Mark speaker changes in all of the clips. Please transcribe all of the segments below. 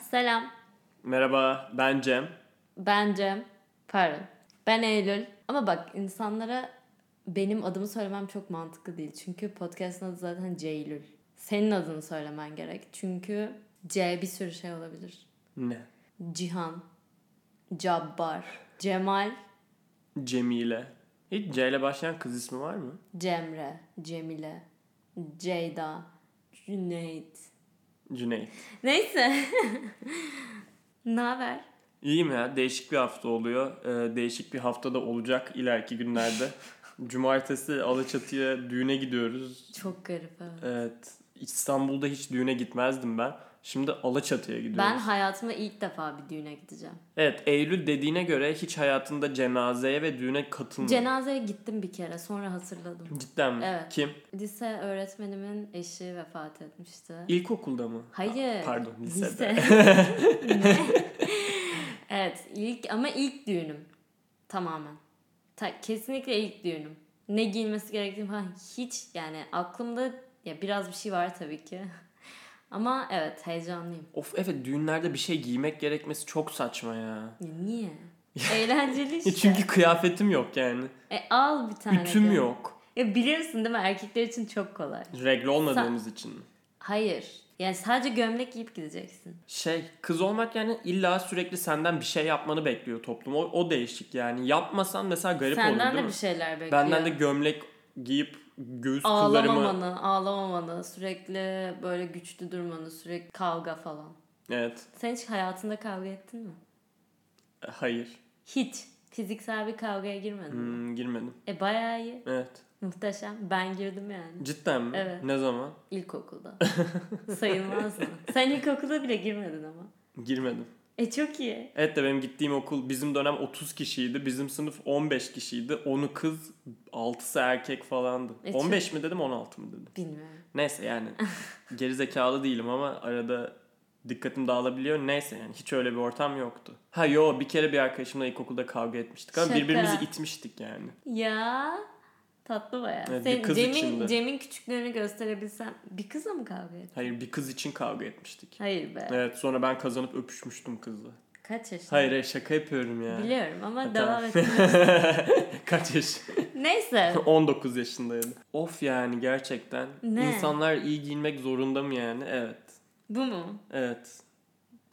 Speaker 1: Selam.
Speaker 2: Merhaba, ben Cem.
Speaker 1: Ben Cem. Pardon. Ben Eylül. Ama bak insanlara benim adımı söylemem çok mantıklı değil. Çünkü podcast'ın adı zaten Ceylül. Senin adını söylemen gerek. Çünkü C bir sürü şey olabilir.
Speaker 2: Ne?
Speaker 1: Cihan. Cabbar. Cemal.
Speaker 2: Cemile. Hiç C ile başlayan kız ismi var mı?
Speaker 1: Cemre. Cemile. Ceyda. Cüneyt.
Speaker 2: Cüneyt.
Speaker 1: Neyse. ne haber?
Speaker 2: İyiyim ya, değişik bir hafta oluyor. Ee, değişik bir hafta da olacak ileriki günlerde. Cumartesi Alaçatı'ya düğüne gidiyoruz.
Speaker 1: Çok garip evet.
Speaker 2: Evet, İstanbul'da hiç düğüne gitmezdim ben. Şimdi Alaçatı'ya gidiyoruz.
Speaker 1: Ben hayatımda ilk defa bir düğüne gideceğim.
Speaker 2: Evet, Eylül dediğine göre hiç hayatında cenazeye ve düğüne katılmadı.
Speaker 1: Cenazeye gittim bir kere sonra hatırladım.
Speaker 2: Cidden mi?
Speaker 1: Evet.
Speaker 2: Kim?
Speaker 1: Lise öğretmenimin eşi vefat etmişti.
Speaker 2: İlkokulda mı?
Speaker 1: Hayır.
Speaker 2: Pardon, lisede.
Speaker 1: Ne? evet ilk ama ilk düğünüm tamamen. Ta- kesinlikle ilk düğünüm. Ne giyilmesi gerektiğini falan hiç yani aklımda ya biraz bir şey var tabii ki. Ama evet heyecanlıyım.
Speaker 2: Of evet düğünlerde bir şey giymek gerekmesi çok saçma ya.
Speaker 1: Ya niye? Eğlenceli işte.
Speaker 2: Ya E Çünkü kıyafetim yok yani.
Speaker 1: E, al bir tane.
Speaker 2: Ütüm
Speaker 1: de.
Speaker 2: yok.
Speaker 1: Ya biliyorsun değil mi erkekler için çok kolay.
Speaker 2: Regle olmadığımız için.
Speaker 1: Hayır. Yani sadece gömlek giyip gideceksin.
Speaker 2: Şey, kız olmak yani illa sürekli senden bir şey yapmanı bekliyor toplum. O, o değişik yani. Yapmasan mesela garip olur
Speaker 1: Senden
Speaker 2: değil
Speaker 1: de
Speaker 2: mi?
Speaker 1: bir şeyler bekliyor.
Speaker 2: Benden de gömlek giyip göğüs kıllarımı...
Speaker 1: ağlamamanı, ağlamamanı, sürekli böyle güçlü durmanı, sürekli kavga falan.
Speaker 2: Evet.
Speaker 1: Sen hiç hayatında kavga ettin mi?
Speaker 2: Hayır.
Speaker 1: Hiç. Fiziksel bir kavgaya girmedin mi?
Speaker 2: Hmm, girmedim.
Speaker 1: E bayağı iyi.
Speaker 2: Evet.
Speaker 1: Muhteşem. Ben girdim yani.
Speaker 2: Cidden mi?
Speaker 1: Evet.
Speaker 2: Ne zaman?
Speaker 1: İlkokulda. Sayılmaz mı? Sen ilkokulda bile girmedin ama.
Speaker 2: Girmedim.
Speaker 1: E çok iyi.
Speaker 2: Evet de benim gittiğim okul bizim dönem 30 kişiydi. Bizim sınıf 15 kişiydi. 10'u kız, 6'sı erkek falandı.
Speaker 1: E, çok-
Speaker 2: 15 mi dedim 16 mı dedim.
Speaker 1: Bilmiyorum.
Speaker 2: Neyse yani gerizekalı değilim ama arada dikkatim dağılabiliyor. Neyse yani hiç öyle bir ortam yoktu. Ha yo bir kere bir arkadaşımla ilkokulda kavga etmiştik ama
Speaker 1: Şaka.
Speaker 2: birbirimizi itmiştik yani.
Speaker 1: Ya tatlı bayağı.
Speaker 2: Evet, bir
Speaker 1: Sen,
Speaker 2: kız için
Speaker 1: Cem'in,
Speaker 2: de.
Speaker 1: Cem'in küçüklüğünü gösterebilsem. Bir kızla mı kavga ettin?
Speaker 2: Hayır bir kız için kavga etmiştik.
Speaker 1: Hayır be.
Speaker 2: Evet sonra ben kazanıp öpüşmüştüm kızla.
Speaker 1: Kaç yaşında?
Speaker 2: Hayır hayır, şaka yapıyorum ya.
Speaker 1: Biliyorum ama
Speaker 2: Ha,
Speaker 1: devam
Speaker 2: tamam.
Speaker 1: et.
Speaker 2: Kaç yaş?
Speaker 1: Neyse.
Speaker 2: 19 yaşındaydım. Of yani gerçekten.
Speaker 1: Ne?
Speaker 2: İnsanlar iyi giyinmek zorunda mı yani? Evet.
Speaker 1: Bu mu?
Speaker 2: Evet.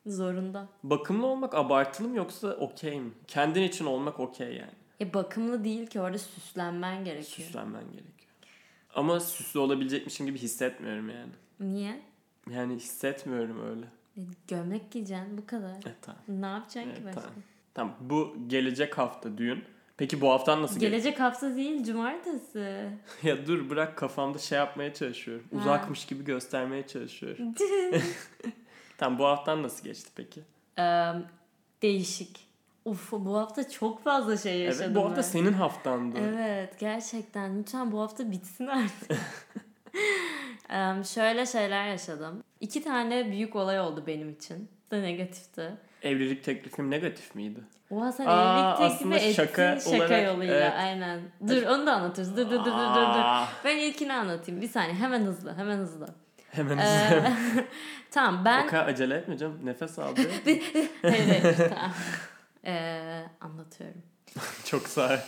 Speaker 1: Zorunda.
Speaker 2: Bakımlı olmak abartılı mı yoksa okey mi? Kendin için olmak okey yani.
Speaker 1: E bakımlı değil ki orada süslenmen gerekiyor.
Speaker 2: Süslenmen gerekiyor. Ama süslü olabilecekmişim gibi hissetmiyorum yani.
Speaker 1: Niye?
Speaker 2: Yani hissetmiyorum öyle.
Speaker 1: E, gömlek giyeceksin bu kadar.
Speaker 2: E tamam.
Speaker 1: Ne yapacaksın ki
Speaker 2: Evet,
Speaker 1: başka?
Speaker 2: tamam. Tamam bu gelecek hafta düğün. Peki bu haftan nasıl gelecek?
Speaker 1: Gelecek hafta değil cumartesi.
Speaker 2: ya dur bırak kafamda şey yapmaya çalışıyorum.
Speaker 1: Ha.
Speaker 2: Uzakmış gibi göstermeye çalışıyorum. Tamam bu haftan nasıl geçti peki?
Speaker 1: Eee, değişik. Uf bu hafta çok fazla şey yaşadım.
Speaker 2: Evet, bu hafta
Speaker 1: ben.
Speaker 2: senin haftandı.
Speaker 1: Evet gerçekten lütfen bu hafta bitsin artık. Eee, şöyle şeyler yaşadım. İki tane büyük olay oldu benim için. Bu da negatifti.
Speaker 2: Evlilik teklifim negatif miydi?
Speaker 1: Oha sen
Speaker 2: Aa,
Speaker 1: evlilik teklifi
Speaker 2: aslında
Speaker 1: ettin şaka,
Speaker 2: şaka olarak,
Speaker 1: yoluyla
Speaker 2: evet.
Speaker 1: aynen. Dur onu da anlatırız. Dur dur dur dur dur. dur.
Speaker 2: Aa,
Speaker 1: Ben ilkini anlatayım. Bir saniye hemen hızlı hemen hızlı.
Speaker 2: Hemen
Speaker 1: Ee, tamam
Speaker 2: ben...
Speaker 1: ben...
Speaker 2: acele etmeyeceğim. Nefes al diyor.
Speaker 1: Hayır, hayır, tamam. Ee, anlatıyorum.
Speaker 2: Çok sağ ol.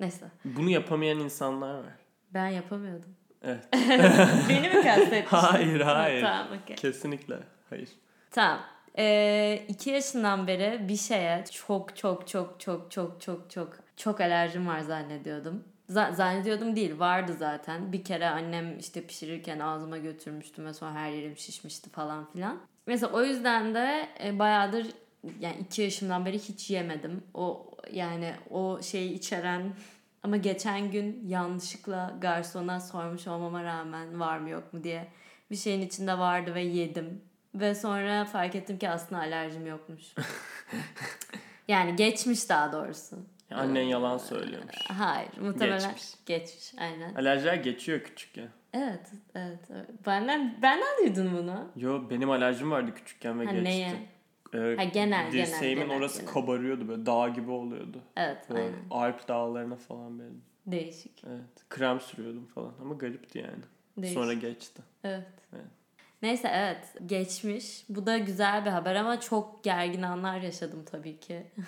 Speaker 1: Neyse
Speaker 2: Bunu yapamayan insanlar var.
Speaker 1: ben yapamıyordum.
Speaker 2: Evet.
Speaker 1: Beni mi kastetmiştin?
Speaker 2: Hayır, hayır.
Speaker 1: Ha, tamam okey.
Speaker 2: Kesinlikle. Hayır.
Speaker 1: Tamam. Ee, iki yaşından beri bir şeye çok çok çok çok çok çok çok çok alerjim var zannediyordum. Za- zannediyordum değil vardı zaten. Bir kere annem işte pişirirken ağzıma götürmüştüm ve sonra her yerim şişmişti falan filan. Mesela o yüzden de e, bayağıdır yani iki yaşımdan beri hiç yemedim. O yani o şeyi içeren ama geçen gün yanlışlıkla garsona sormuş olmama rağmen var mı yok mu diye bir şeyin içinde vardı ve yedim. Ve sonra fark ettim ki aslında alerjim yokmuş. yani geçmiş daha doğrusu.
Speaker 2: Annen yalan söylüyormuş.
Speaker 1: Hayır muhtemelen geçmiş.
Speaker 2: Geçmiş.
Speaker 1: aynen.
Speaker 2: Alerjiler geçiyor küçükken.
Speaker 1: Evet evet. evet. Benden, benden duydun bunu.
Speaker 2: Yo benim alerjim vardı küçükken ve
Speaker 1: Ha,
Speaker 2: geçti.
Speaker 1: neye?
Speaker 2: Ee,
Speaker 1: Ha, genel, genel,
Speaker 2: dirseğimin
Speaker 1: genel,
Speaker 2: orası
Speaker 1: genel.
Speaker 2: kabarıyordu böyle dağ gibi oluyordu.
Speaker 1: Evet
Speaker 2: Böyle
Speaker 1: aynen.
Speaker 2: Alp dağlarına falan benim.
Speaker 1: Değişik.
Speaker 2: Evet. Krem sürüyordum falan ama garipti yani.
Speaker 1: Değil.
Speaker 2: Sonra geçti.
Speaker 1: Evet.
Speaker 2: Evet.
Speaker 1: Neyse evet geçmiş. Bu da güzel bir haber ama çok gergin anlar yaşadım tabii ki.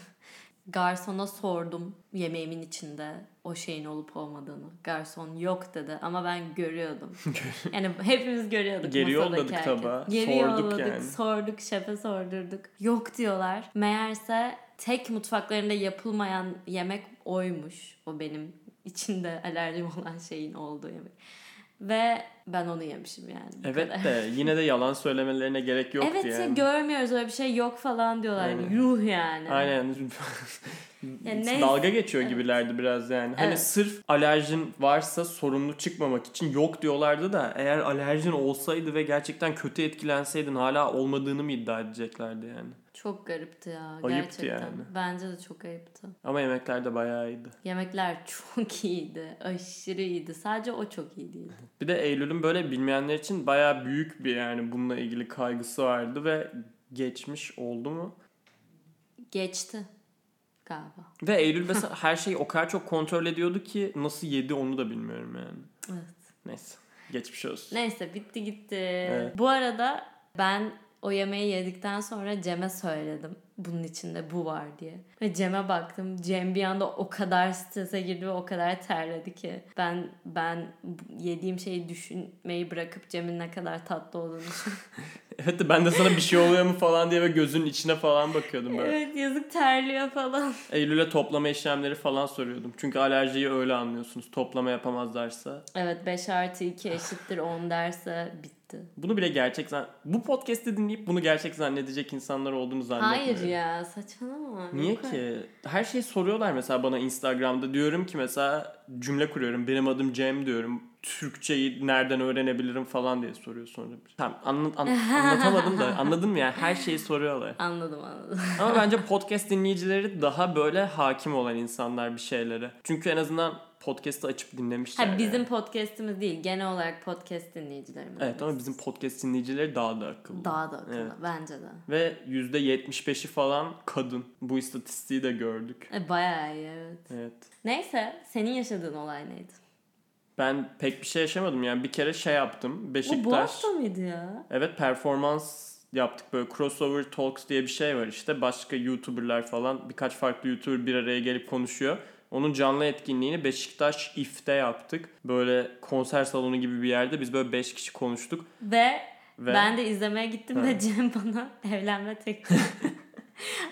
Speaker 1: Garsona sordum yemeğimin içinde o şeyin olup olmadığını. Garson yok dedi ama ben görüyordum. yani hepimiz görüyorduk
Speaker 2: Geri
Speaker 1: masadaki
Speaker 2: yolladık
Speaker 1: herkes.
Speaker 2: tabağa,
Speaker 1: Geri
Speaker 2: sorduk
Speaker 1: yolladık,
Speaker 2: yani.
Speaker 1: sorduk, şefe sordurduk. Yok diyorlar. Meğerse tek mutfaklarında yapılmayan yemek oymuş. O benim içinde alerjim olan şeyin olduğu yemek. Ve ben onu yemişim yani. bu kadar.
Speaker 2: Evet de yine de yalan söylemelerine gerek yoktu
Speaker 1: evet
Speaker 2: yani.
Speaker 1: görmüyoruz öyle bir şey yok falan diyorlar.
Speaker 2: Aynen.
Speaker 1: Yuh yani.
Speaker 2: Aynen.
Speaker 1: Ya neyse.
Speaker 2: Dalga geçiyor
Speaker 1: Evet.
Speaker 2: gibilerdi biraz yani. Hani
Speaker 1: Evet.
Speaker 2: sırf alerjin varsa sorumlu çıkmamak için yok diyorlardı da eğer alerjin olsaydı ve gerçekten kötü etkilenseydin hala olmadığını mı iddia edeceklerdi yani.
Speaker 1: Çok garipti ya
Speaker 2: Ayıptı
Speaker 1: gerçekten.
Speaker 2: yani.
Speaker 1: Bence de çok ayıptı.
Speaker 2: Ama yemekler de bayağı iyiydi.
Speaker 1: Yemekler çok iyiydi. Aşırı iyiydi. Sadece o çok iyi değildi.
Speaker 2: Bir de Eylül'ün böyle bilmeyenler için bayağı büyük bir yani bununla ilgili kaygısı vardı ve geçmiş oldu mu?
Speaker 1: Geçti galiba.
Speaker 2: Ve Eylül mesela her şeyi o kadar çok kontrol ediyordu ki nasıl yedi onu da bilmiyorum yani.
Speaker 1: Evet.
Speaker 2: Neyse. Geçmiş olsun.
Speaker 1: Neyse bitti gitti.
Speaker 2: Evet.
Speaker 1: Bu arada ben o yemeği yedikten sonra Cem'e söyledim. Bunun içinde bu var diye. Ve Cem'e baktım. Cem bir anda o kadar strese girdi ve o kadar terledi ki. Ben ben yediğim şeyi düşünmeyi bırakıp Cem'in ne kadar tatlı olduğunu
Speaker 2: Evet de ben de sana bir şey oluyor mu falan diye ve gözünün içine falan bakıyordum böyle.
Speaker 1: Evet yazık terliyor falan.
Speaker 2: Eylül'e toplama işlemleri falan soruyordum. Çünkü alerjiyi öyle anlıyorsunuz. Toplama yapamazlarsa.
Speaker 1: Evet 5 artı 2 eşittir 10 derse bitti.
Speaker 2: Bunu bile gerçek zan... Bu podcast'i dinleyip bunu gerçek zannedecek insanlar olduğunu zannetmiyorum.
Speaker 1: Hayır ya saçmalama.
Speaker 2: Niye
Speaker 1: Yok öyle.
Speaker 2: ki? Her şeyi soruyorlar mesela bana Instagram'da. Diyorum ki mesela cümle kuruyorum. Benim adım Cem diyorum. Türkçeyi nereden öğrenebilirim falan diye soruyor sonra. Tamam anla- an- anlatamadım da anladın mı yani her şeyi soruyorlar.
Speaker 1: Anladım anladım.
Speaker 2: Ama bence podcast dinleyicileri daha böyle hakim olan insanlar bir şeylere. Çünkü en azından podcast'ı açıp dinlemişler.
Speaker 1: Ha, bizim
Speaker 2: Şey yani.
Speaker 1: podcast'imiz değil genel olarak podcast dinleyicilerimiz.
Speaker 2: Evet ama bizim podcast dinleyicileri daha da akıllı.
Speaker 1: Daha da akıllı
Speaker 2: Evet.
Speaker 1: bence de.
Speaker 2: Ve %75'i falan kadın. Bu istatistiği de gördük.
Speaker 1: E, bayağı iyi evet.
Speaker 2: Evet.
Speaker 1: Neyse senin yaşadığın olay neydi?
Speaker 2: Ben pek bir şey yaşamadım yani bir kere şey yaptım.
Speaker 1: O bu
Speaker 2: Beşiktaş.
Speaker 1: hafta mıydı ya?
Speaker 2: Evet performans yaptık böyle crossover talks diye bir şey var işte başka youtuberlar falan birkaç farklı youtuber bir araya gelip konuşuyor. Onun canlı etkinliğini Beşiktaş İF'te yaptık. Böyle konser salonu gibi bir yerde biz böyle 5 kişi konuştuk
Speaker 1: Ve,
Speaker 2: ve
Speaker 1: ben de izlemeye gittim ve
Speaker 2: Ha.
Speaker 1: Cem bana evlenme teklifi.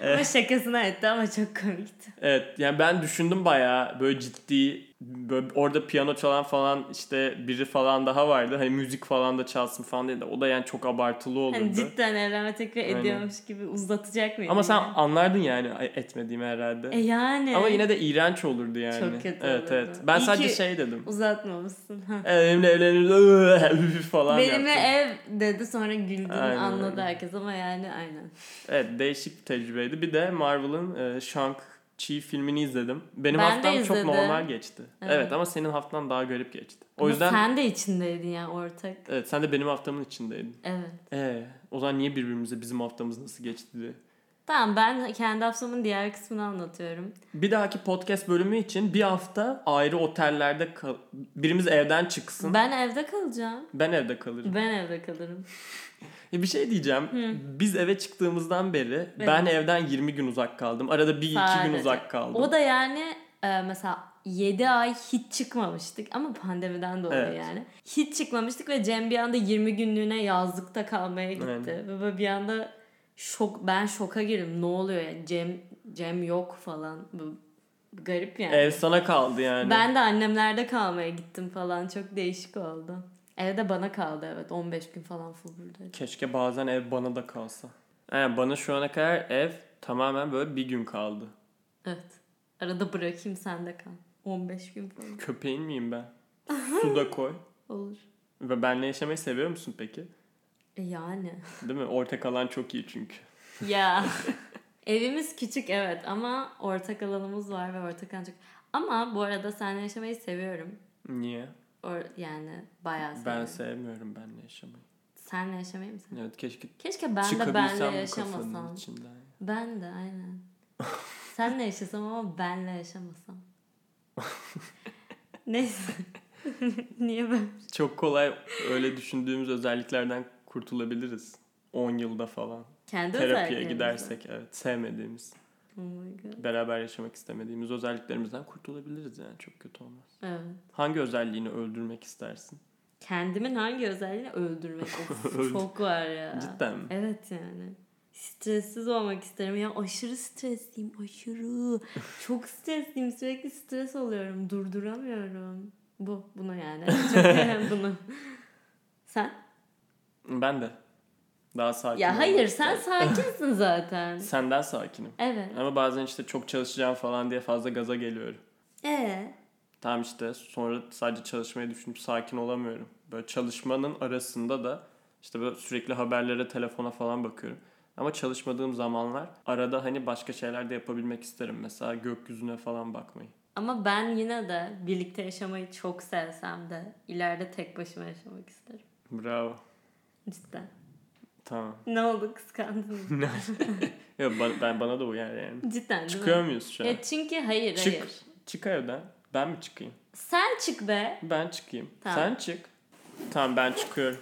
Speaker 1: ama şakasına etti ama çok komikti.
Speaker 2: evet yani ben düşündüm bayağı böyle ciddi böyle orada piyano çalan falan işte biri falan daha vardı. Hani müzik falan da çalsın falan dedi. O da yani çok abartılı olurdu.
Speaker 1: Hani cidden evlenme teklifi
Speaker 2: Aynen.
Speaker 1: ediyormuş gibi uzatacak mıydı?
Speaker 2: Ama sen
Speaker 1: yani?
Speaker 2: anlardın yani ay- etmediğimi herhalde.
Speaker 1: E yani.
Speaker 2: Ama yine de iğrenç olurdu yani.
Speaker 1: Çok kötü
Speaker 2: Evet
Speaker 1: olurdu.
Speaker 2: evet. Ben
Speaker 1: İyi
Speaker 2: sadece
Speaker 1: ki-
Speaker 2: şey dedim.
Speaker 1: uzatmamışsın. ha.
Speaker 2: Benimle evlenir falan
Speaker 1: Benimle
Speaker 2: yaptım.
Speaker 1: ev dedi sonra güldün
Speaker 2: Aynen,
Speaker 1: anladı
Speaker 2: aynen.
Speaker 1: herkes ama yani aynen.
Speaker 2: Evet değişik bir tecrübeydi. Bir de Marvel'ın e, Shang-Chi filmini izledim. Benim
Speaker 1: Ben de
Speaker 2: haftam çok
Speaker 1: izledim.
Speaker 2: normal geçti.
Speaker 1: Evet.
Speaker 2: Evet. ama senin haftan daha garip geçti. O
Speaker 1: Ama
Speaker 2: yüzden
Speaker 1: sen de içindeydin ya ortak.
Speaker 2: evet sen de benim haftamın içindeydin.
Speaker 1: Evet.
Speaker 2: Ee, o zaman niye birbirimize bizim haftamız nasıl geçti diye.
Speaker 1: Tamam ben kendi haftamın diğer kısmını anlatıyorum.
Speaker 2: Bir dahaki podcast bölümü için bir hafta ayrı otellerde kal- birimiz evden çıksın.
Speaker 1: Ben evde kalacağım.
Speaker 2: ben evde kalırım.
Speaker 1: Ben evde kalırım.
Speaker 2: E bir şey diyeceğim. Biz eve çıktığımızdan beri ben evden 20 gün uzak kaldım. Arada bir iki gün
Speaker 1: Sadece.
Speaker 2: uzak kaldım.
Speaker 1: O da yani e, mesela 7 ay hiç çıkmamıştık ama pandemiden dolayı
Speaker 2: Evet.
Speaker 1: yani. Hiç çıkmamıştık ve Cem bir anda 20 günlüğüne yazlıkta kalmaya gitti.
Speaker 2: Aynen.
Speaker 1: Ve böyle bir anda şok ben şoka girdim. Ne oluyor yani Cem Cem yok falan. Bu bu garip yani.
Speaker 2: Ev sana kaldı yani.
Speaker 1: Ben de annemlerde kalmaya gittim falan. Çok değişik oldu. Evde bana kaldı evet. 15 gün falan full buradaydı.
Speaker 2: Keşke bazen ev bana da kalsa. Yani bana şu ana kadar ev tamamen böyle bir gün kaldı.
Speaker 1: Evet. Arada bırakayım sen de kal. 15 gün falan.
Speaker 2: Köpeğin miyim ben? Su da koy.
Speaker 1: Olur.
Speaker 2: Ve benle yaşamayı seviyor musun peki?
Speaker 1: E yani.
Speaker 2: Değil mi? Ortak alan çok iyi çünkü.
Speaker 1: Ya. Evimiz küçük evet ama ortak alanımız var ve ortak alan çok. Ama bu arada seninle yaşamayı seviyorum.
Speaker 2: Niye?
Speaker 1: Or, yani bayağı seviyorum.
Speaker 2: Ben sevmiyorum benle yaşamayı.
Speaker 1: Senle yaşamayı mı seviyorsun?
Speaker 2: Evet keşke
Speaker 1: Keşke ben de benle
Speaker 2: çıkabilsem bu kafanın
Speaker 1: yaşamasam.
Speaker 2: içinden.
Speaker 1: Ben de aynen. Senle yaşasam ama benle yaşamasam. Neyse. Niye ben?
Speaker 2: Çok kolay öyle düşündüğümüz özelliklerden kurtulabiliriz. 10 yılda falan.
Speaker 1: Kendi
Speaker 2: Terapiye
Speaker 1: özelliklerimiz.
Speaker 2: gidersek evet sevmediğimiz,
Speaker 1: Oh my god.
Speaker 2: beraber yaşamak istemediğimiz özelliklerimizden kurtulabiliriz yani çok kötü olmaz.
Speaker 1: Evet.
Speaker 2: Hangi özelliğini öldürmek istersin?
Speaker 1: Kendimin hangi özelliğini öldürmek? Of,
Speaker 2: Öldü-
Speaker 1: çok var ya.
Speaker 2: Cidden mi?
Speaker 1: Evet yani. Stressiz olmak isterim. Ya aşırı stresliyim. Aşırı. Çok stresliyim. Sürekli stres oluyorum. Durduramıyorum. Bu. Buna yani. Çok bunu. Sen?
Speaker 2: Ben de. Daha sakin.
Speaker 1: Ya
Speaker 2: olmak
Speaker 1: hayır sen
Speaker 2: isterim.
Speaker 1: sakinsin zaten.
Speaker 2: Senden sakinim.
Speaker 1: Evet.
Speaker 2: Ama bazen işte çok çalışacağım falan diye fazla gaza geliyorum.
Speaker 1: Ee,
Speaker 2: Tamam işte sonra sadece çalışmayı düşünüp sakin olamıyorum. Böyle çalışmanın arasında da işte böyle sürekli haberlere, telefona falan bakıyorum. Ama çalışmadığım zamanlar arada hani başka şeyler de yapabilmek isterim. Mesela gökyüzüne falan bakmayı.
Speaker 1: ama ben yine de birlikte yaşamayı çok sevsem de ileride tek başıma yaşamak isterim.
Speaker 2: Bravo.
Speaker 1: Cidden.
Speaker 2: Tamam.
Speaker 1: Ne oldu kıskandın mı?
Speaker 2: Yok bana, ben, bana da uyar yani.
Speaker 1: Cidden değil
Speaker 2: Çıkıyor
Speaker 1: mi?
Speaker 2: muyuz şu an?
Speaker 1: Ya çünkü hayır
Speaker 2: Çık.
Speaker 1: hayır.
Speaker 2: Çık evden. Ben mi çıkayım?
Speaker 1: Sen çık be.
Speaker 2: Ben çıkayım.
Speaker 1: Tamam.
Speaker 2: Sen çık. Tamam ben çıkıyorum.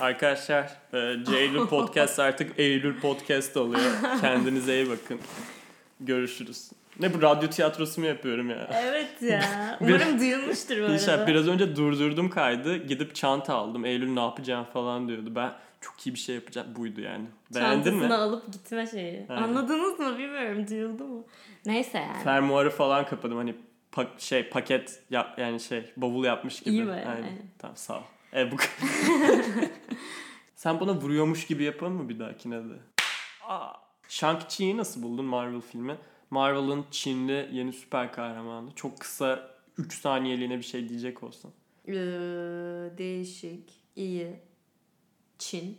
Speaker 2: Arkadaşlar e, Ceylül Podcast artık Eylül Podcast oluyor. Kendinize iyi bakın. Görüşürüz. Ne bu radyo tiyatrosu mu yapıyorum ya?
Speaker 1: Evet ya. Umarım duyulmuştur bu
Speaker 2: İnşallah
Speaker 1: arada.
Speaker 2: şey biraz önce durdurdum kaydı. Gidip çanta aldım. Eylül ne yapacağım falan diyordu. Ben çok iyi bir şey yapacağım. Buydu yani. Beğendin mi?
Speaker 1: Çantasını alıp gitme şeyi.
Speaker 2: Aynen.
Speaker 1: Anladınız mı bilmiyorum duyuldu mu? Neyse yani.
Speaker 2: Fermuarı falan kapadım. Hani pak- şey paket yap yani şey bavul yapmış gibi.
Speaker 1: İyi mi?
Speaker 2: Aynen.
Speaker 1: Aynen.
Speaker 2: Tamam sağ ol. E, bu... Sen bana vuruyormuş gibi yapalım mı bir dahakine de? Aa, Shang-Chi'yi nasıl buldun Marvel filmi? Marvel'ın Çinli yeni süper kahramanı. Çok kısa 3 saniyeliğine bir şey diyecek olsan.
Speaker 1: Ee, değişik. iyi. Çin.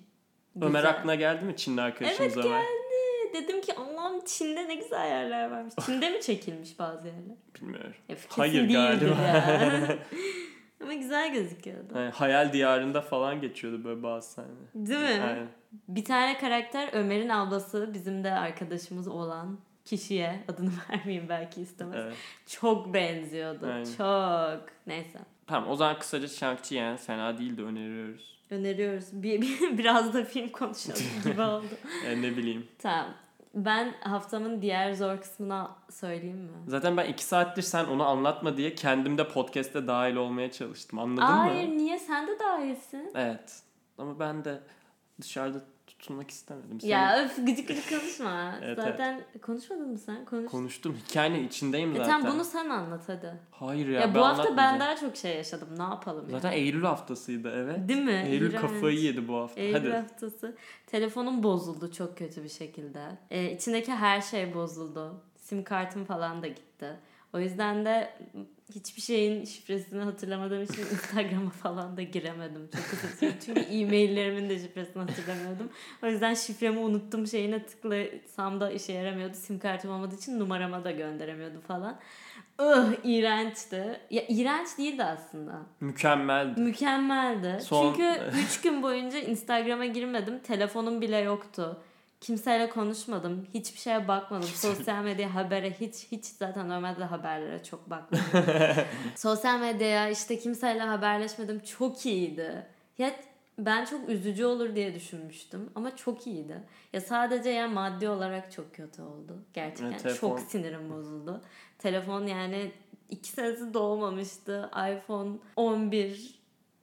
Speaker 2: Ömer
Speaker 1: Güzel.
Speaker 2: aklına geldi mi Çinli
Speaker 1: Evet
Speaker 2: arkadaşımıza var?
Speaker 1: geldi. Dedim ki Allah'ım Çin'de ne güzel yerler varmış. Çin'de mi çekilmiş bazı yerler?
Speaker 2: Bilmiyorum.
Speaker 1: Ya, kesin
Speaker 2: Hayır
Speaker 1: değildir
Speaker 2: galiba.
Speaker 1: ya. Ama güzel gözüküyordu.
Speaker 2: Yani hayal diyarında falan geçiyordu böyle bazı sahne.
Speaker 1: Değil mi?
Speaker 2: Aynen.
Speaker 1: Bir tane karakter Ömer'in ablası bizim de arkadaşımız olan kişiye adını vermeyeyim belki istemez.
Speaker 2: Evet.
Speaker 1: Çok benziyordu.
Speaker 2: Aynen.
Speaker 1: Çok. Neyse.
Speaker 2: Tamam o zaman kısaca Shang-Chi yani fena değil de öneriyoruz.
Speaker 1: Öneriyoruz. Bir, bir- biraz da film konuşalım gibi oldu.
Speaker 2: E, ne bileyim.
Speaker 1: tamam. Ben haftamın diğer zor kısmına söyleyeyim mi?
Speaker 2: Zaten ben iki saattir sen onu anlatma diye kendimde podcast'e dahil olmaya çalıştım. Anladın
Speaker 1: Hayır
Speaker 2: mı?
Speaker 1: niye? Sen de dahilsin.
Speaker 2: Evet. Ama ben de dışarıda tutulmak istemedim. Sen
Speaker 1: Ya öf gıcık gıcık konuşma.
Speaker 2: Evet,
Speaker 1: zaten konuşmadın mı sen? Konuş.
Speaker 2: konuştum. Hikayenin içindeyim
Speaker 1: E
Speaker 2: zaten.
Speaker 1: tamam bunu sen anlat hadi.
Speaker 2: Hayır ya,
Speaker 1: Ya,
Speaker 2: ben
Speaker 1: bu hafta ben
Speaker 2: anlatmayacağım.
Speaker 1: daha çok şey yaşadım. Ne yapalım
Speaker 2: Zaten
Speaker 1: yani?
Speaker 2: Eylül haftasıydı evet.
Speaker 1: Değil mi?
Speaker 2: Eylül
Speaker 1: İğrenç.
Speaker 2: kafayı yedi bu hafta.
Speaker 1: Eylül
Speaker 2: Hadi.
Speaker 1: haftası. Telefonum bozuldu çok kötü bir şekilde. Ee, içindeki her şey bozuldu. Sim kartım falan da gitti. O yüzden de hiçbir şeyin şifresini hatırlamadığım için Instagram'a falan da giremedim. Çok üzücü. Çünkü e-maillerimin de şifresini hatırlamıyordum. O yüzden şifremi unuttum şeyine tıklasam da işe yaramıyordu. Sim kartım olmadığı için numarama da gönderemiyordu falan. Ih iğrençti. Ya iğrenç değildi aslında.
Speaker 2: Mükemmeldi.
Speaker 1: Mükemmeldi.
Speaker 2: Son-
Speaker 1: Çünkü 3 gün boyunca Instagram'a girmedim. Telefonum bile yoktu. Kimseyle konuşmadım. Hiçbir şeye bakmadım. Sosyal medya habere hiç hiç zaten normalde de haberlere çok bakmadım. Sosyal medyaya işte kimseyle haberleşmedim. Çok iyiydi. Ya ben çok üzücü olur diye düşünmüştüm ama çok iyiydi. Ya sadece ya maddi olarak çok kötü oldu. Gerçekten
Speaker 2: Evet, telefon-
Speaker 1: çok sinirim bozuldu. Telefon yani iki senesi doğmamıştı. iPhone 11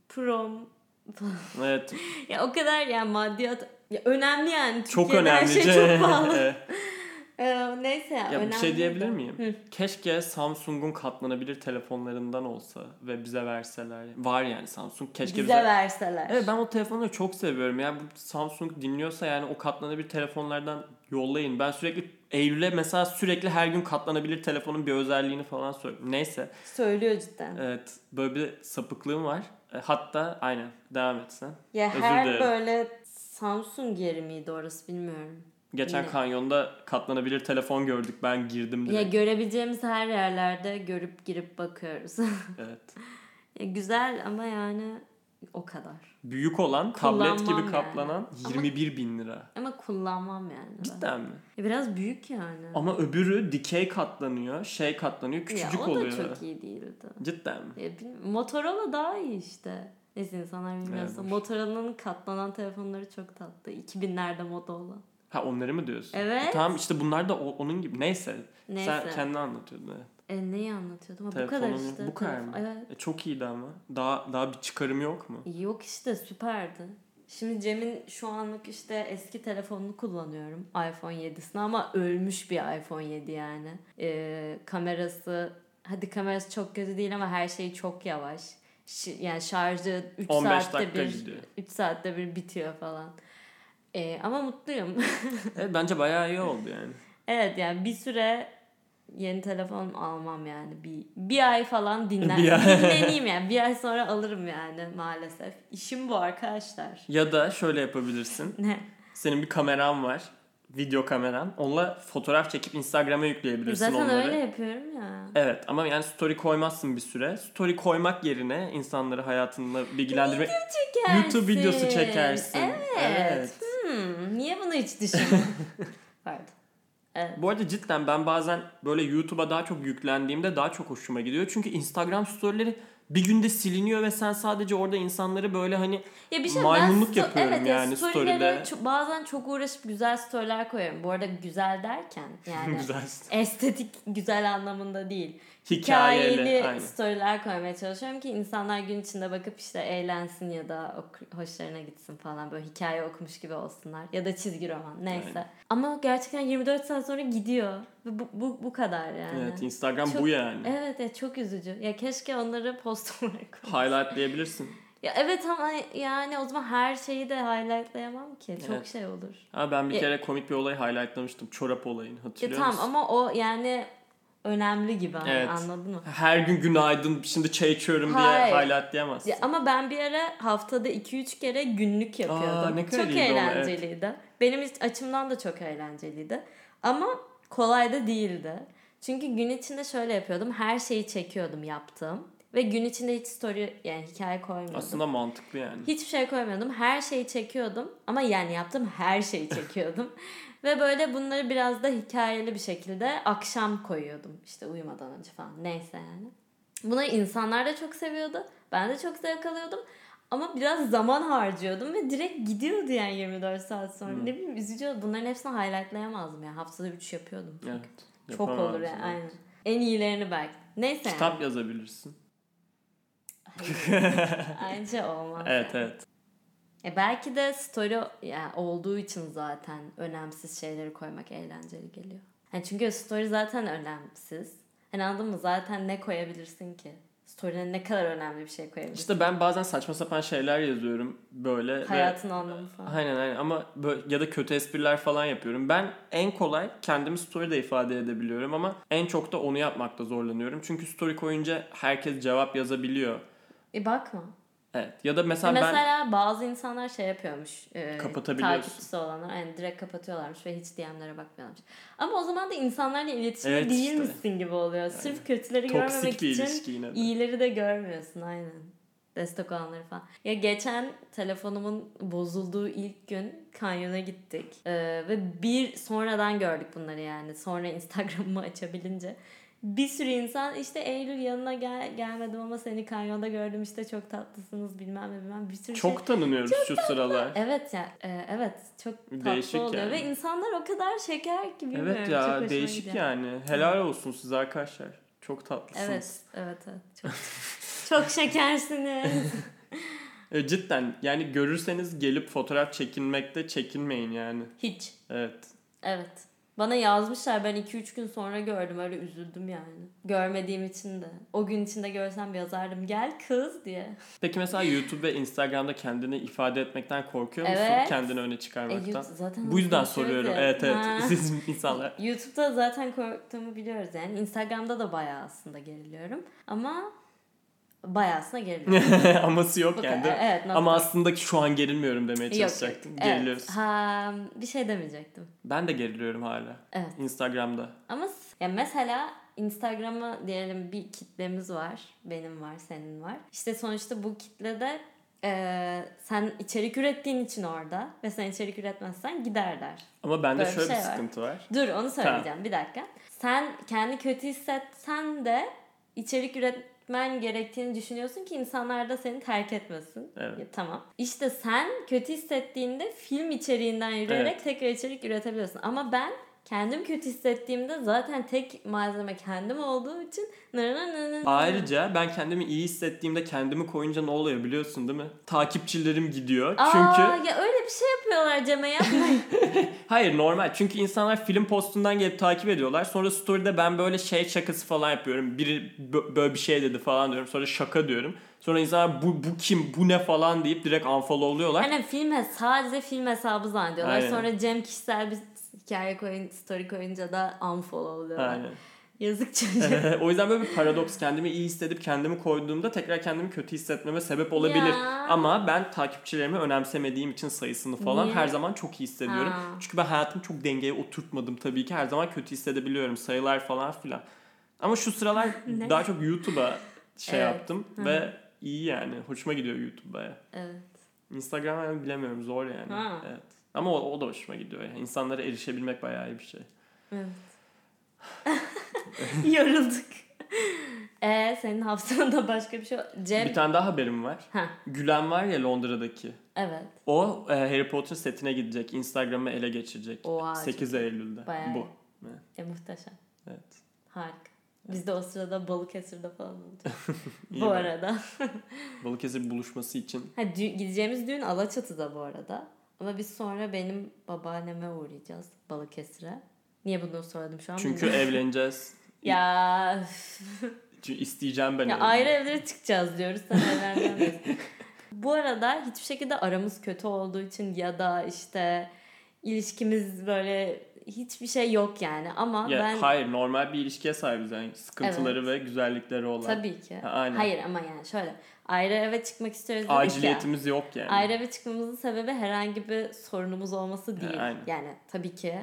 Speaker 1: Pro
Speaker 2: Evet.
Speaker 1: ya o kadar yani maddiyat ya önemli yani.
Speaker 2: Çok
Speaker 1: Türkiye'de Her
Speaker 2: önemli.
Speaker 1: şey çok pahalı.
Speaker 2: Evet.
Speaker 1: Ee, neyse ya,
Speaker 2: ya
Speaker 1: önemli.
Speaker 2: bir şey diyebilir
Speaker 1: de.
Speaker 2: miyim? Keşke Samsung'un katlanabilir telefonlarından olsa ve bize verseler. Var yani Samsung. Keşke
Speaker 1: Bize
Speaker 2: bize
Speaker 1: verseler.
Speaker 2: Evet ben o telefonları çok seviyorum. Yani bu Samsung dinliyorsa yani o katlanabilir telefonlardan yollayın. Ben sürekli Eylül'e mesela sürekli her gün katlanabilir telefonun bir özelliğini falan söylüyorum. Neyse.
Speaker 1: Söylüyor cidden.
Speaker 2: Evet böyle bir sapıklığım var. E, Hatta aynen devam et sen.
Speaker 1: Ya
Speaker 2: özür
Speaker 1: her
Speaker 2: dilerim.
Speaker 1: böyle Samsung yeri miydi orası bilmiyorum.
Speaker 2: Geçen
Speaker 1: Ne?
Speaker 2: kanyonda katlanabilir telefon gördük. Ben girdim
Speaker 1: Ya
Speaker 2: direkt.
Speaker 1: görebileceğimiz her yerlerde görüp girip bakıyoruz.
Speaker 2: Evet.
Speaker 1: Ya güzel ama yani O kadar.
Speaker 2: Büyük olan, tablet
Speaker 1: Kullanmam
Speaker 2: gibi
Speaker 1: yani.
Speaker 2: kaplanan 21 bin lira.
Speaker 1: Ama kullanmam yani. ben.
Speaker 2: Cidden mi?
Speaker 1: E, Biraz büyük yani.
Speaker 2: Ama öbürü dikey katlanıyor, şey katlanıyor, küçücük
Speaker 1: ya, o
Speaker 2: oluyor.
Speaker 1: da çok iyi değildi.
Speaker 2: Cidden mi?
Speaker 1: Ya, bilmiyorum. Motorola daha iyi işte. Neyse insanlar bilmiyorsa.
Speaker 2: Evet.
Speaker 1: Motorola'nın katlanan telefonları çok tatlı. 2000'lerde moda olan.
Speaker 2: Ha onları mı diyorsun?
Speaker 1: Evet.
Speaker 2: E, tamam işte bunlar da o- onun gibi. Neyse.
Speaker 1: Neyse.
Speaker 2: Sen kendini anlatıyordun. evet.
Speaker 1: E, neyi anlatıyordum? Ha, bu
Speaker 2: Telefonun-
Speaker 1: kadar işte.
Speaker 2: bu kadar
Speaker 1: Telefon-
Speaker 2: mı?
Speaker 1: Evet.
Speaker 2: E, çok iyiydi ama. Daha daha bir çıkarım yok mu?
Speaker 1: Yok işte süperdi. Şimdi Cem'in şu anlık işte eski telefonunu kullanıyorum. iPhone 7'sini ama ölmüş bir iPhone 7 yani. Ee, kamerası hadi kamerası çok kötü değil ama her şey çok yavaş. Ş- yani şarjı 3
Speaker 2: 15
Speaker 1: saatte
Speaker 2: dakika
Speaker 1: bir
Speaker 2: gidiyor.
Speaker 1: 3 saatte bir bitiyor falan. Ee, ama mutluyum.
Speaker 2: Evet E, bence bayağı iyi oldu yani.
Speaker 1: evet yani bir süre yeni telefon almam yani. Bir, bir ay falan dinlen,
Speaker 2: Bir ay.
Speaker 1: dinleneyim yani. Bir ay sonra alırım yani maalesef. İşim bu arkadaşlar.
Speaker 2: Ya da şöyle yapabilirsin.
Speaker 1: Ne?
Speaker 2: Senin bir kameran var. Video kameran. Onunla fotoğraf çekip Instagram'a yükleyebilirsin
Speaker 1: Zaten
Speaker 2: onları.
Speaker 1: öyle yapıyorum ya.
Speaker 2: Evet ama yani story koymazsın bir süre. Story koymak yerine insanları hayatında bilgilendirmek...
Speaker 1: Çekersin.
Speaker 2: YouTube videosu çekersin.
Speaker 1: Evet.
Speaker 2: Evet.
Speaker 1: Hmm, niye bunu hiç düşünmedin? Pardon.
Speaker 2: Bu arada cidden ben bazen böyle YouTube'a daha çok yüklendiğimde daha çok hoşuma gidiyor. Çünkü Instagram storyleri bir günde siliniyor ve sen sadece orada insanları böyle hani
Speaker 1: Ya bir şey
Speaker 2: Maymunluk
Speaker 1: ben sto-
Speaker 2: yapıyorum
Speaker 1: evet, ya
Speaker 2: yani
Speaker 1: story'lere
Speaker 2: story'de.
Speaker 1: çok- bazen çok uğraşıp güzel story'ler koyuyorum. Bu arada güzel derken yani
Speaker 2: güzel
Speaker 1: estetik güzel anlamında değil.
Speaker 2: hikayeli.
Speaker 1: Hikayeli
Speaker 2: Aynen.
Speaker 1: story'ler koymaya çalışıyorum ki insanlar gün içinde bakıp işte eğlensin ya da ok- hoşlarına gitsin falan böyle hikaye okumuş gibi olsunlar ya da çizgi roman neyse.
Speaker 2: Aynen.
Speaker 1: Ama gerçekten 24 saat sonra gidiyor. Ve Bu bu, bu kadar yani.
Speaker 2: Evet Instagram
Speaker 1: Çok-
Speaker 2: bu yani.
Speaker 1: Evet ya çok üzücü. Ya keşke onları post olarak koy-
Speaker 2: Highlightlayabilirsin.
Speaker 1: Ya evet ama yani o zaman her şeyi de highlightlayamam ki. Çok
Speaker 2: Evet.
Speaker 1: şey olur.
Speaker 2: Ha ben bir
Speaker 1: Ya-
Speaker 2: kere komik bir olayı highlightlamıştım. Çorap olayını
Speaker 1: Ya
Speaker 2: hatırlıyor
Speaker 1: tamam
Speaker 2: musun?
Speaker 1: ama o yani önemli gibi hani,
Speaker 2: Evet.
Speaker 1: anladın mı?
Speaker 2: Her gün günaydın şimdi çay içiyorum diye
Speaker 1: Hayır.
Speaker 2: highlightlayamazsın.
Speaker 1: Ya ama ben bir ara haftada 2-3 kere günlük yapıyordum.
Speaker 2: Aa, ne kadar
Speaker 1: çok
Speaker 2: iyi bir olay,
Speaker 1: eğlenceliydi. Benim iç- açımdan da çok eğlenceliydi. Ama kolay da değildi. Çünkü gün içinde şöyle yapıyordum. Her şeyi çekiyordum yaptığım. Ve gün içinde hiç story yani hikaye koymuyordum.
Speaker 2: Aslında mantıklı yani.
Speaker 1: Hiçbir şey koymuyordum. Her şeyi çekiyordum. Ama yani yaptığım her şeyi çekiyordum. Ve böyle bunları biraz da hikayeli bir şekilde akşam koyuyordum. İşte uyumadan önce falan. Neyse yani. Bunları insanlar da çok seviyordu. Ben de çok zevk alıyordum. Ama biraz zaman harcıyordum ve direkt gidiyordu yani 24 saat sonra.
Speaker 2: Hı.
Speaker 1: Ne bileyim üzücü oldu. Bunların hepsini highlightlayamazdım ya. Haftada 3 yapıyordum. çünkü.
Speaker 2: Evet,
Speaker 1: çok olur
Speaker 2: yapamazsın,
Speaker 1: yani.
Speaker 2: evet.
Speaker 1: Aynen. En iyilerini belki. Neyse
Speaker 2: Kitap yazabilirsin.
Speaker 1: yani. Bence olmaz. yani.
Speaker 2: Evet evet.
Speaker 1: E belki de story yani olduğu için zaten önemsiz şeyleri koymak eğlenceli geliyor. Yani çünkü story zaten önemsiz. Hani anladın mı? Zaten ne koyabilirsin ki? Story'ne ne kadar önemli bir şey koyabilirsin?
Speaker 2: İşte ben bazen saçma sapan şeyler yazıyorum böyle. ve-
Speaker 1: Hayatın anlamı falan.
Speaker 2: Aynen aynen ama böyle ya da kötü espriler falan yapıyorum. Ben en kolay kendimi story'de ifade edebiliyorum ama en çok da onu yapmakta zorlanıyorum. Çünkü story koyunca herkes cevap yazabiliyor.
Speaker 1: E bakma.
Speaker 2: Evet. Ya da mesela, ben
Speaker 1: E Mesela bazı insanlar şey yapıyormuş. E,
Speaker 2: Kapatabiliyorsun.
Speaker 1: Takipçisi olanlar yani direkt kapatıyorlarmış ve hiç DM'lere bakmıyorlarmış. Ama o zaman da insanlarla iletişimde
Speaker 2: Evet
Speaker 1: değil
Speaker 2: işte.
Speaker 1: misin gibi oluyor. Sırf kötüleri görmemek
Speaker 2: toksik bir
Speaker 1: için
Speaker 2: ilişki yine de.
Speaker 1: İyileri de görmüyorsun aynen. Destek olanları falan. Ya geçen telefonumun bozulduğu ilk gün kanyona gittik. Ee, ve bir sonradan gördük bunları yani. Sonra Instagram'ımı açabilince. Bir sürü insan işte Eylül yanına gel gelmedim ama seni kanyonda gördüm işte çok tatlısınız bilmem ne bilmem bir sürü şey.
Speaker 2: Çok tanınıyoruz şu sıralar.
Speaker 1: Evet ya e, evet çok tatlı
Speaker 2: Değişik
Speaker 1: oluyor
Speaker 2: yani.
Speaker 1: ve insanlar o kadar şeker ki bilmiyorum.
Speaker 2: Evet
Speaker 1: çok hoşuma
Speaker 2: ya değişik
Speaker 1: gidiyor.
Speaker 2: yani. Helal olsun size arkadaşlar. Çok tatlısınız.
Speaker 1: Evet evet evet çok, çok şekersiniz.
Speaker 2: E, Cidden yani görürseniz gelip fotoğraf çekinmekte çekinmeyin yani.
Speaker 1: Hiç.
Speaker 2: Evet.
Speaker 1: Evet. Bana yazmışlar ben 2-3 gün sonra gördüm öyle üzüldüm yani. Görmediğim için de. O gün içinde görsem yazardım gel kız diye.
Speaker 2: Peki mesela YouTube ve Instagram'da kendini ifade etmekten korkuyor musun?
Speaker 1: Evet.
Speaker 2: Kendini öne
Speaker 1: E,
Speaker 2: çıkarmaktan.
Speaker 1: YouTube- zaten
Speaker 2: Bu yüzden
Speaker 1: konuşuyoruz
Speaker 2: soruyorum.
Speaker 1: ya.
Speaker 2: Evet
Speaker 1: Ha.
Speaker 2: evet. Siz insanlar.
Speaker 1: YouTube'da zaten korktuğumu biliyoruz yani. Instagram'da da bayağı aslında geriliyorum. Ama bayağı aslında geriliyorum.
Speaker 2: Aması yok
Speaker 1: Bu
Speaker 2: yani
Speaker 1: kadar.
Speaker 2: değil mi?
Speaker 1: Evet, nokta.
Speaker 2: Ama aslında şu an gerilmiyorum demeye
Speaker 1: Yok,
Speaker 2: çalışacaktım.
Speaker 1: yok. Evet.
Speaker 2: Geriliyorsun.
Speaker 1: Ha, bir şey demeyecektim.
Speaker 2: Ben de geriliyorum hala.
Speaker 1: Evet.
Speaker 2: Instagram'da.
Speaker 1: Ama s- ya mesela Instagram'a diyelim bir kitlemiz var. Benim var, senin var. İşte sonuçta bu kitlede Ee, sen içerik ürettiğin için orada ve sen içerik üretmezsen giderler.
Speaker 2: Ama bende
Speaker 1: Böyle bir
Speaker 2: şöyle bir
Speaker 1: şey var.
Speaker 2: sıkıntı var.
Speaker 1: Dur onu söyleyeceğim bir dakika. Sen kendi kötü hissetsen de içerik üretmen gerektiğini düşünüyorsun ki insanlar da seni terk etmesin.
Speaker 2: Evet.
Speaker 1: Ya, tamam. İşte sen kötü hissettiğinde film içeriğinden yürüyerek tekrar içerik üretebiliyorsun. Ama ben kendim kötü hissettiğimde zaten tek malzeme kendim olduğu için nı nı nı nı nı.
Speaker 2: Ayrıca ben kendimi iyi hissettiğimde kendimi koyunca ne oluyor biliyorsun değil mi? Takipçilerim gidiyor.
Speaker 1: Aa,
Speaker 2: Çünkü
Speaker 1: ya öyle bir şey yapıyorlar Cem'e ya.
Speaker 2: Hayır normal çünkü insanlar film postundan gelip takip ediyorlar. Sonra story'de ben böyle şey şakası falan yapıyorum. Biri bö- böyle bir şey dedi falan diyorum. Sonra şaka diyorum. Sonra insanlar bu, bu kim bu ne falan deyip direkt unfollowluyorlar.
Speaker 1: Aynen film hes- sadece film hesabı zannediyorlar.
Speaker 2: Aynen.
Speaker 1: Sonra Cem kişisel bir hikaye koyun, story koyunca da unfollow oluyorlar.
Speaker 2: Aynen.
Speaker 1: Yazık çocuğa.
Speaker 2: o yüzden böyle bir paradoks. Kendimi iyi hissedip kendimi koyduğumda tekrar kendimi kötü hissetmeme sebep olabilir.
Speaker 1: Ya.
Speaker 2: Ama ben takipçilerimi önemsemediğim için sayısını falan
Speaker 1: Niye?
Speaker 2: her zaman çok iyi hissediyorum.
Speaker 1: Ha.
Speaker 2: Çünkü ben hayatımı çok dengeye oturtmadım tabii ki. Her zaman kötü hissedebiliyorum sayılar falan filan. Ama şu sıralar
Speaker 1: Ne?
Speaker 2: daha çok YouTube'a şey
Speaker 1: Evet.
Speaker 2: yaptım
Speaker 1: Hı.
Speaker 2: ve iyi yani. Hoşuma gidiyor YouTube'a.
Speaker 1: Evet.
Speaker 2: Instagram'a ben bilemiyorum zor yani.
Speaker 1: Ha.
Speaker 2: Evet. Ama o, o da hoşuma gidiyor. Yani. İnsanlara erişebilmek bayağı iyi bir şey.
Speaker 1: evet. Yorulduk. Ee, senin hafızanda başka bir şey var. Cem.
Speaker 2: Bir tane daha haberim var.
Speaker 1: Ha,
Speaker 2: Gülen var ya Londra'daki.
Speaker 1: evet.
Speaker 2: O e, Harry Potter setine gidecek. Instagram'ı ele geçirecek.
Speaker 1: Oha,
Speaker 2: 8 Eylül'de.
Speaker 1: Bayağı
Speaker 2: Bu.
Speaker 1: E, muhteşem.
Speaker 2: Evet.
Speaker 1: Harika. Biz de o sırada Balıkesir'de falan olduk.
Speaker 2: İyi
Speaker 1: bu
Speaker 2: bak.
Speaker 1: arada.
Speaker 2: Balıkesir buluşması için.
Speaker 1: Ha, dü- gideceğimiz düğün Alaçatı'da bu arada. Ama biz sonra benim babaanneme uğrayacağız Balıkesir'e. Niye bunu sordum şu an?
Speaker 2: Çünkü e-
Speaker 1: bilmiyorum.
Speaker 2: evleneceğiz.
Speaker 1: Ya, üf.
Speaker 2: Çünkü isteyeceğim ben.
Speaker 1: ya
Speaker 2: evimi.
Speaker 1: ayrı evlere çıkacağız diyoruz. Sen evlerden diyorsun. Bu arada hiçbir şekilde aramız kötü olduğu için ya da işte ilişkimiz böyle hiçbir şey yok yani. Ama
Speaker 2: Ya,
Speaker 1: ben
Speaker 2: Hayır normal bir ilişkiye sahibiz yani. Sıkıntıları
Speaker 1: Evet.
Speaker 2: ve güzellikleri olan.
Speaker 1: tabii ki.
Speaker 2: Ha, aynen.
Speaker 1: Hayır ama yani şöyle ayrı eve çıkmak istiyoruz dedik ya.
Speaker 2: Aciliyetimiz yok yani.
Speaker 1: Ayrı eve çıkmamızın sebebi herhangi bir sorunumuz olması değil.
Speaker 2: aynen.
Speaker 1: Yani tabii ki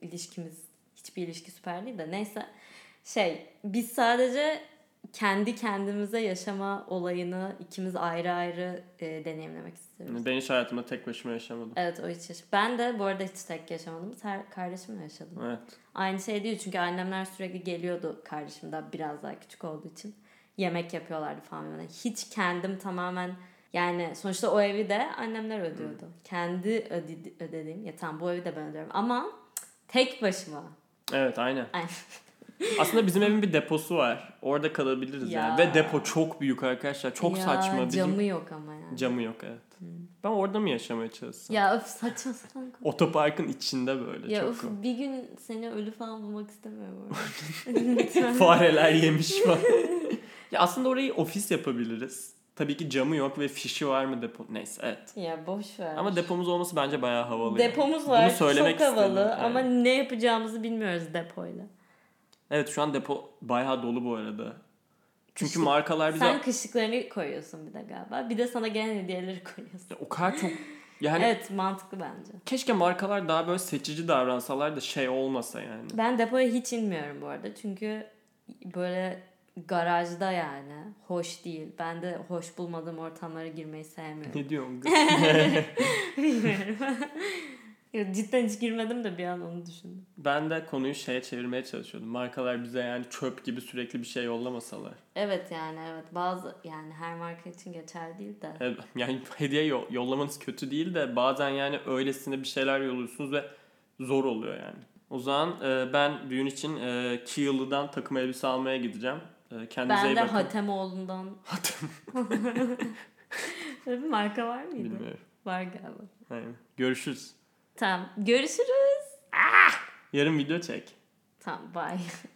Speaker 1: ilişkimiz hiçbir ilişki süper değil de neyse. Şey biz sadece kendi kendimize yaşama olayını ikimiz ayrı ayrı e, deneyimlemek istiyoruz.
Speaker 2: Ben hiç hayatımda tek başıma yaşamadım.
Speaker 1: Evet o hiç yaş- Ben de bu arada hiç tek yaşamadım. Ter- kardeşimle yaşadım.
Speaker 2: Evet.
Speaker 1: Aynı şey değil çünkü annemler sürekli geliyordu kardeşim daha biraz daha küçük olduğu için. Yemek yapıyorlardı falan. böyle. Hiç kendim tamamen yani sonuçta o evi de annemler ödüyordu.
Speaker 2: Hmm.
Speaker 1: Kendi öde- ödediğim ya tamam bu evi de ben ödüyorum ama cık, tek başıma.
Speaker 2: Evet aynen.
Speaker 1: Aynen.
Speaker 2: Aslında bizim evin bir deposu var. Orada kalabiliriz
Speaker 1: Ya.
Speaker 2: yani. Ve depo çok büyük arkadaşlar. Çok
Speaker 1: Ya,
Speaker 2: saçma. Bizim
Speaker 1: Camı yok ama yani.
Speaker 2: camı yok evet. Ben orada mı yaşamaya çalışsam?
Speaker 1: Ya öf saçma sapan. konu.
Speaker 2: Otoparkın içinde böyle
Speaker 1: Ya
Speaker 2: çok
Speaker 1: öf
Speaker 2: komik.
Speaker 1: bir gün seni ölü falan bulmak istemiyorum. orada. Lütfen.
Speaker 2: Fareler yemiş falan. ya aslında orayı ofis yapabiliriz. Tabii ki camı yok ve fişi var mı depo? Neyse evet.
Speaker 1: ya boş ver.
Speaker 2: Ama depomuz olması bence bayağı havalı. yani.
Speaker 1: Depomuz
Speaker 2: Bunu
Speaker 1: var.
Speaker 2: söylemek
Speaker 1: çok havalı
Speaker 2: istedim,
Speaker 1: ama
Speaker 2: evet.
Speaker 1: ne yapacağımızı bilmiyoruz depoyla.
Speaker 2: Evet şu an depo bayağı dolu bu arada. Çünkü
Speaker 1: İşte
Speaker 2: markalar bize
Speaker 1: Sen kışlıklarını koyuyorsun bir de galiba. Bir de sana gelen hediyeleri koyuyorsun.
Speaker 2: Ya o kadar çok yani
Speaker 1: evet mantıklı bence.
Speaker 2: keşke markalar daha böyle seçici davransalar da şey olmasa yani.
Speaker 1: Ben depoya hiç inmiyorum bu arada. Çünkü böyle garajda yani hoş değil. Ben de hoş bulmadığım ortamlara girmeyi sevmiyorum.
Speaker 2: Ne diyorsun?
Speaker 1: Bilmiyorum. Ya Cidden hiç girmedim de bir an onu düşündüm.
Speaker 2: ben de konuyu şeye çevirmeye çalışıyordum. Markalar bize yani çöp gibi sürekli bir şey yollamasalar.
Speaker 1: Evet yani evet bazı yani her marka için geçerli değil de.
Speaker 2: Evet, Yani hediye yo- yollamanız kötü değil de bazen yani öylesine bir şeyler yolluyorsunuz ve zor oluyor yani. O zaman e, ben düğün için e, Kiyalı'dan takım elbise almaya gideceğim. E, kendinize
Speaker 1: Ben
Speaker 2: iyi
Speaker 1: de
Speaker 2: bakın.
Speaker 1: Hatemoğlu'ndan. Böyle bir marka var mıydı?
Speaker 2: Bilmiyorum.
Speaker 1: Var galiba.
Speaker 2: Aynen. Görüşürüz.
Speaker 1: Tamam görüşürüz.
Speaker 2: Yarın video çek.
Speaker 1: Tamam bye.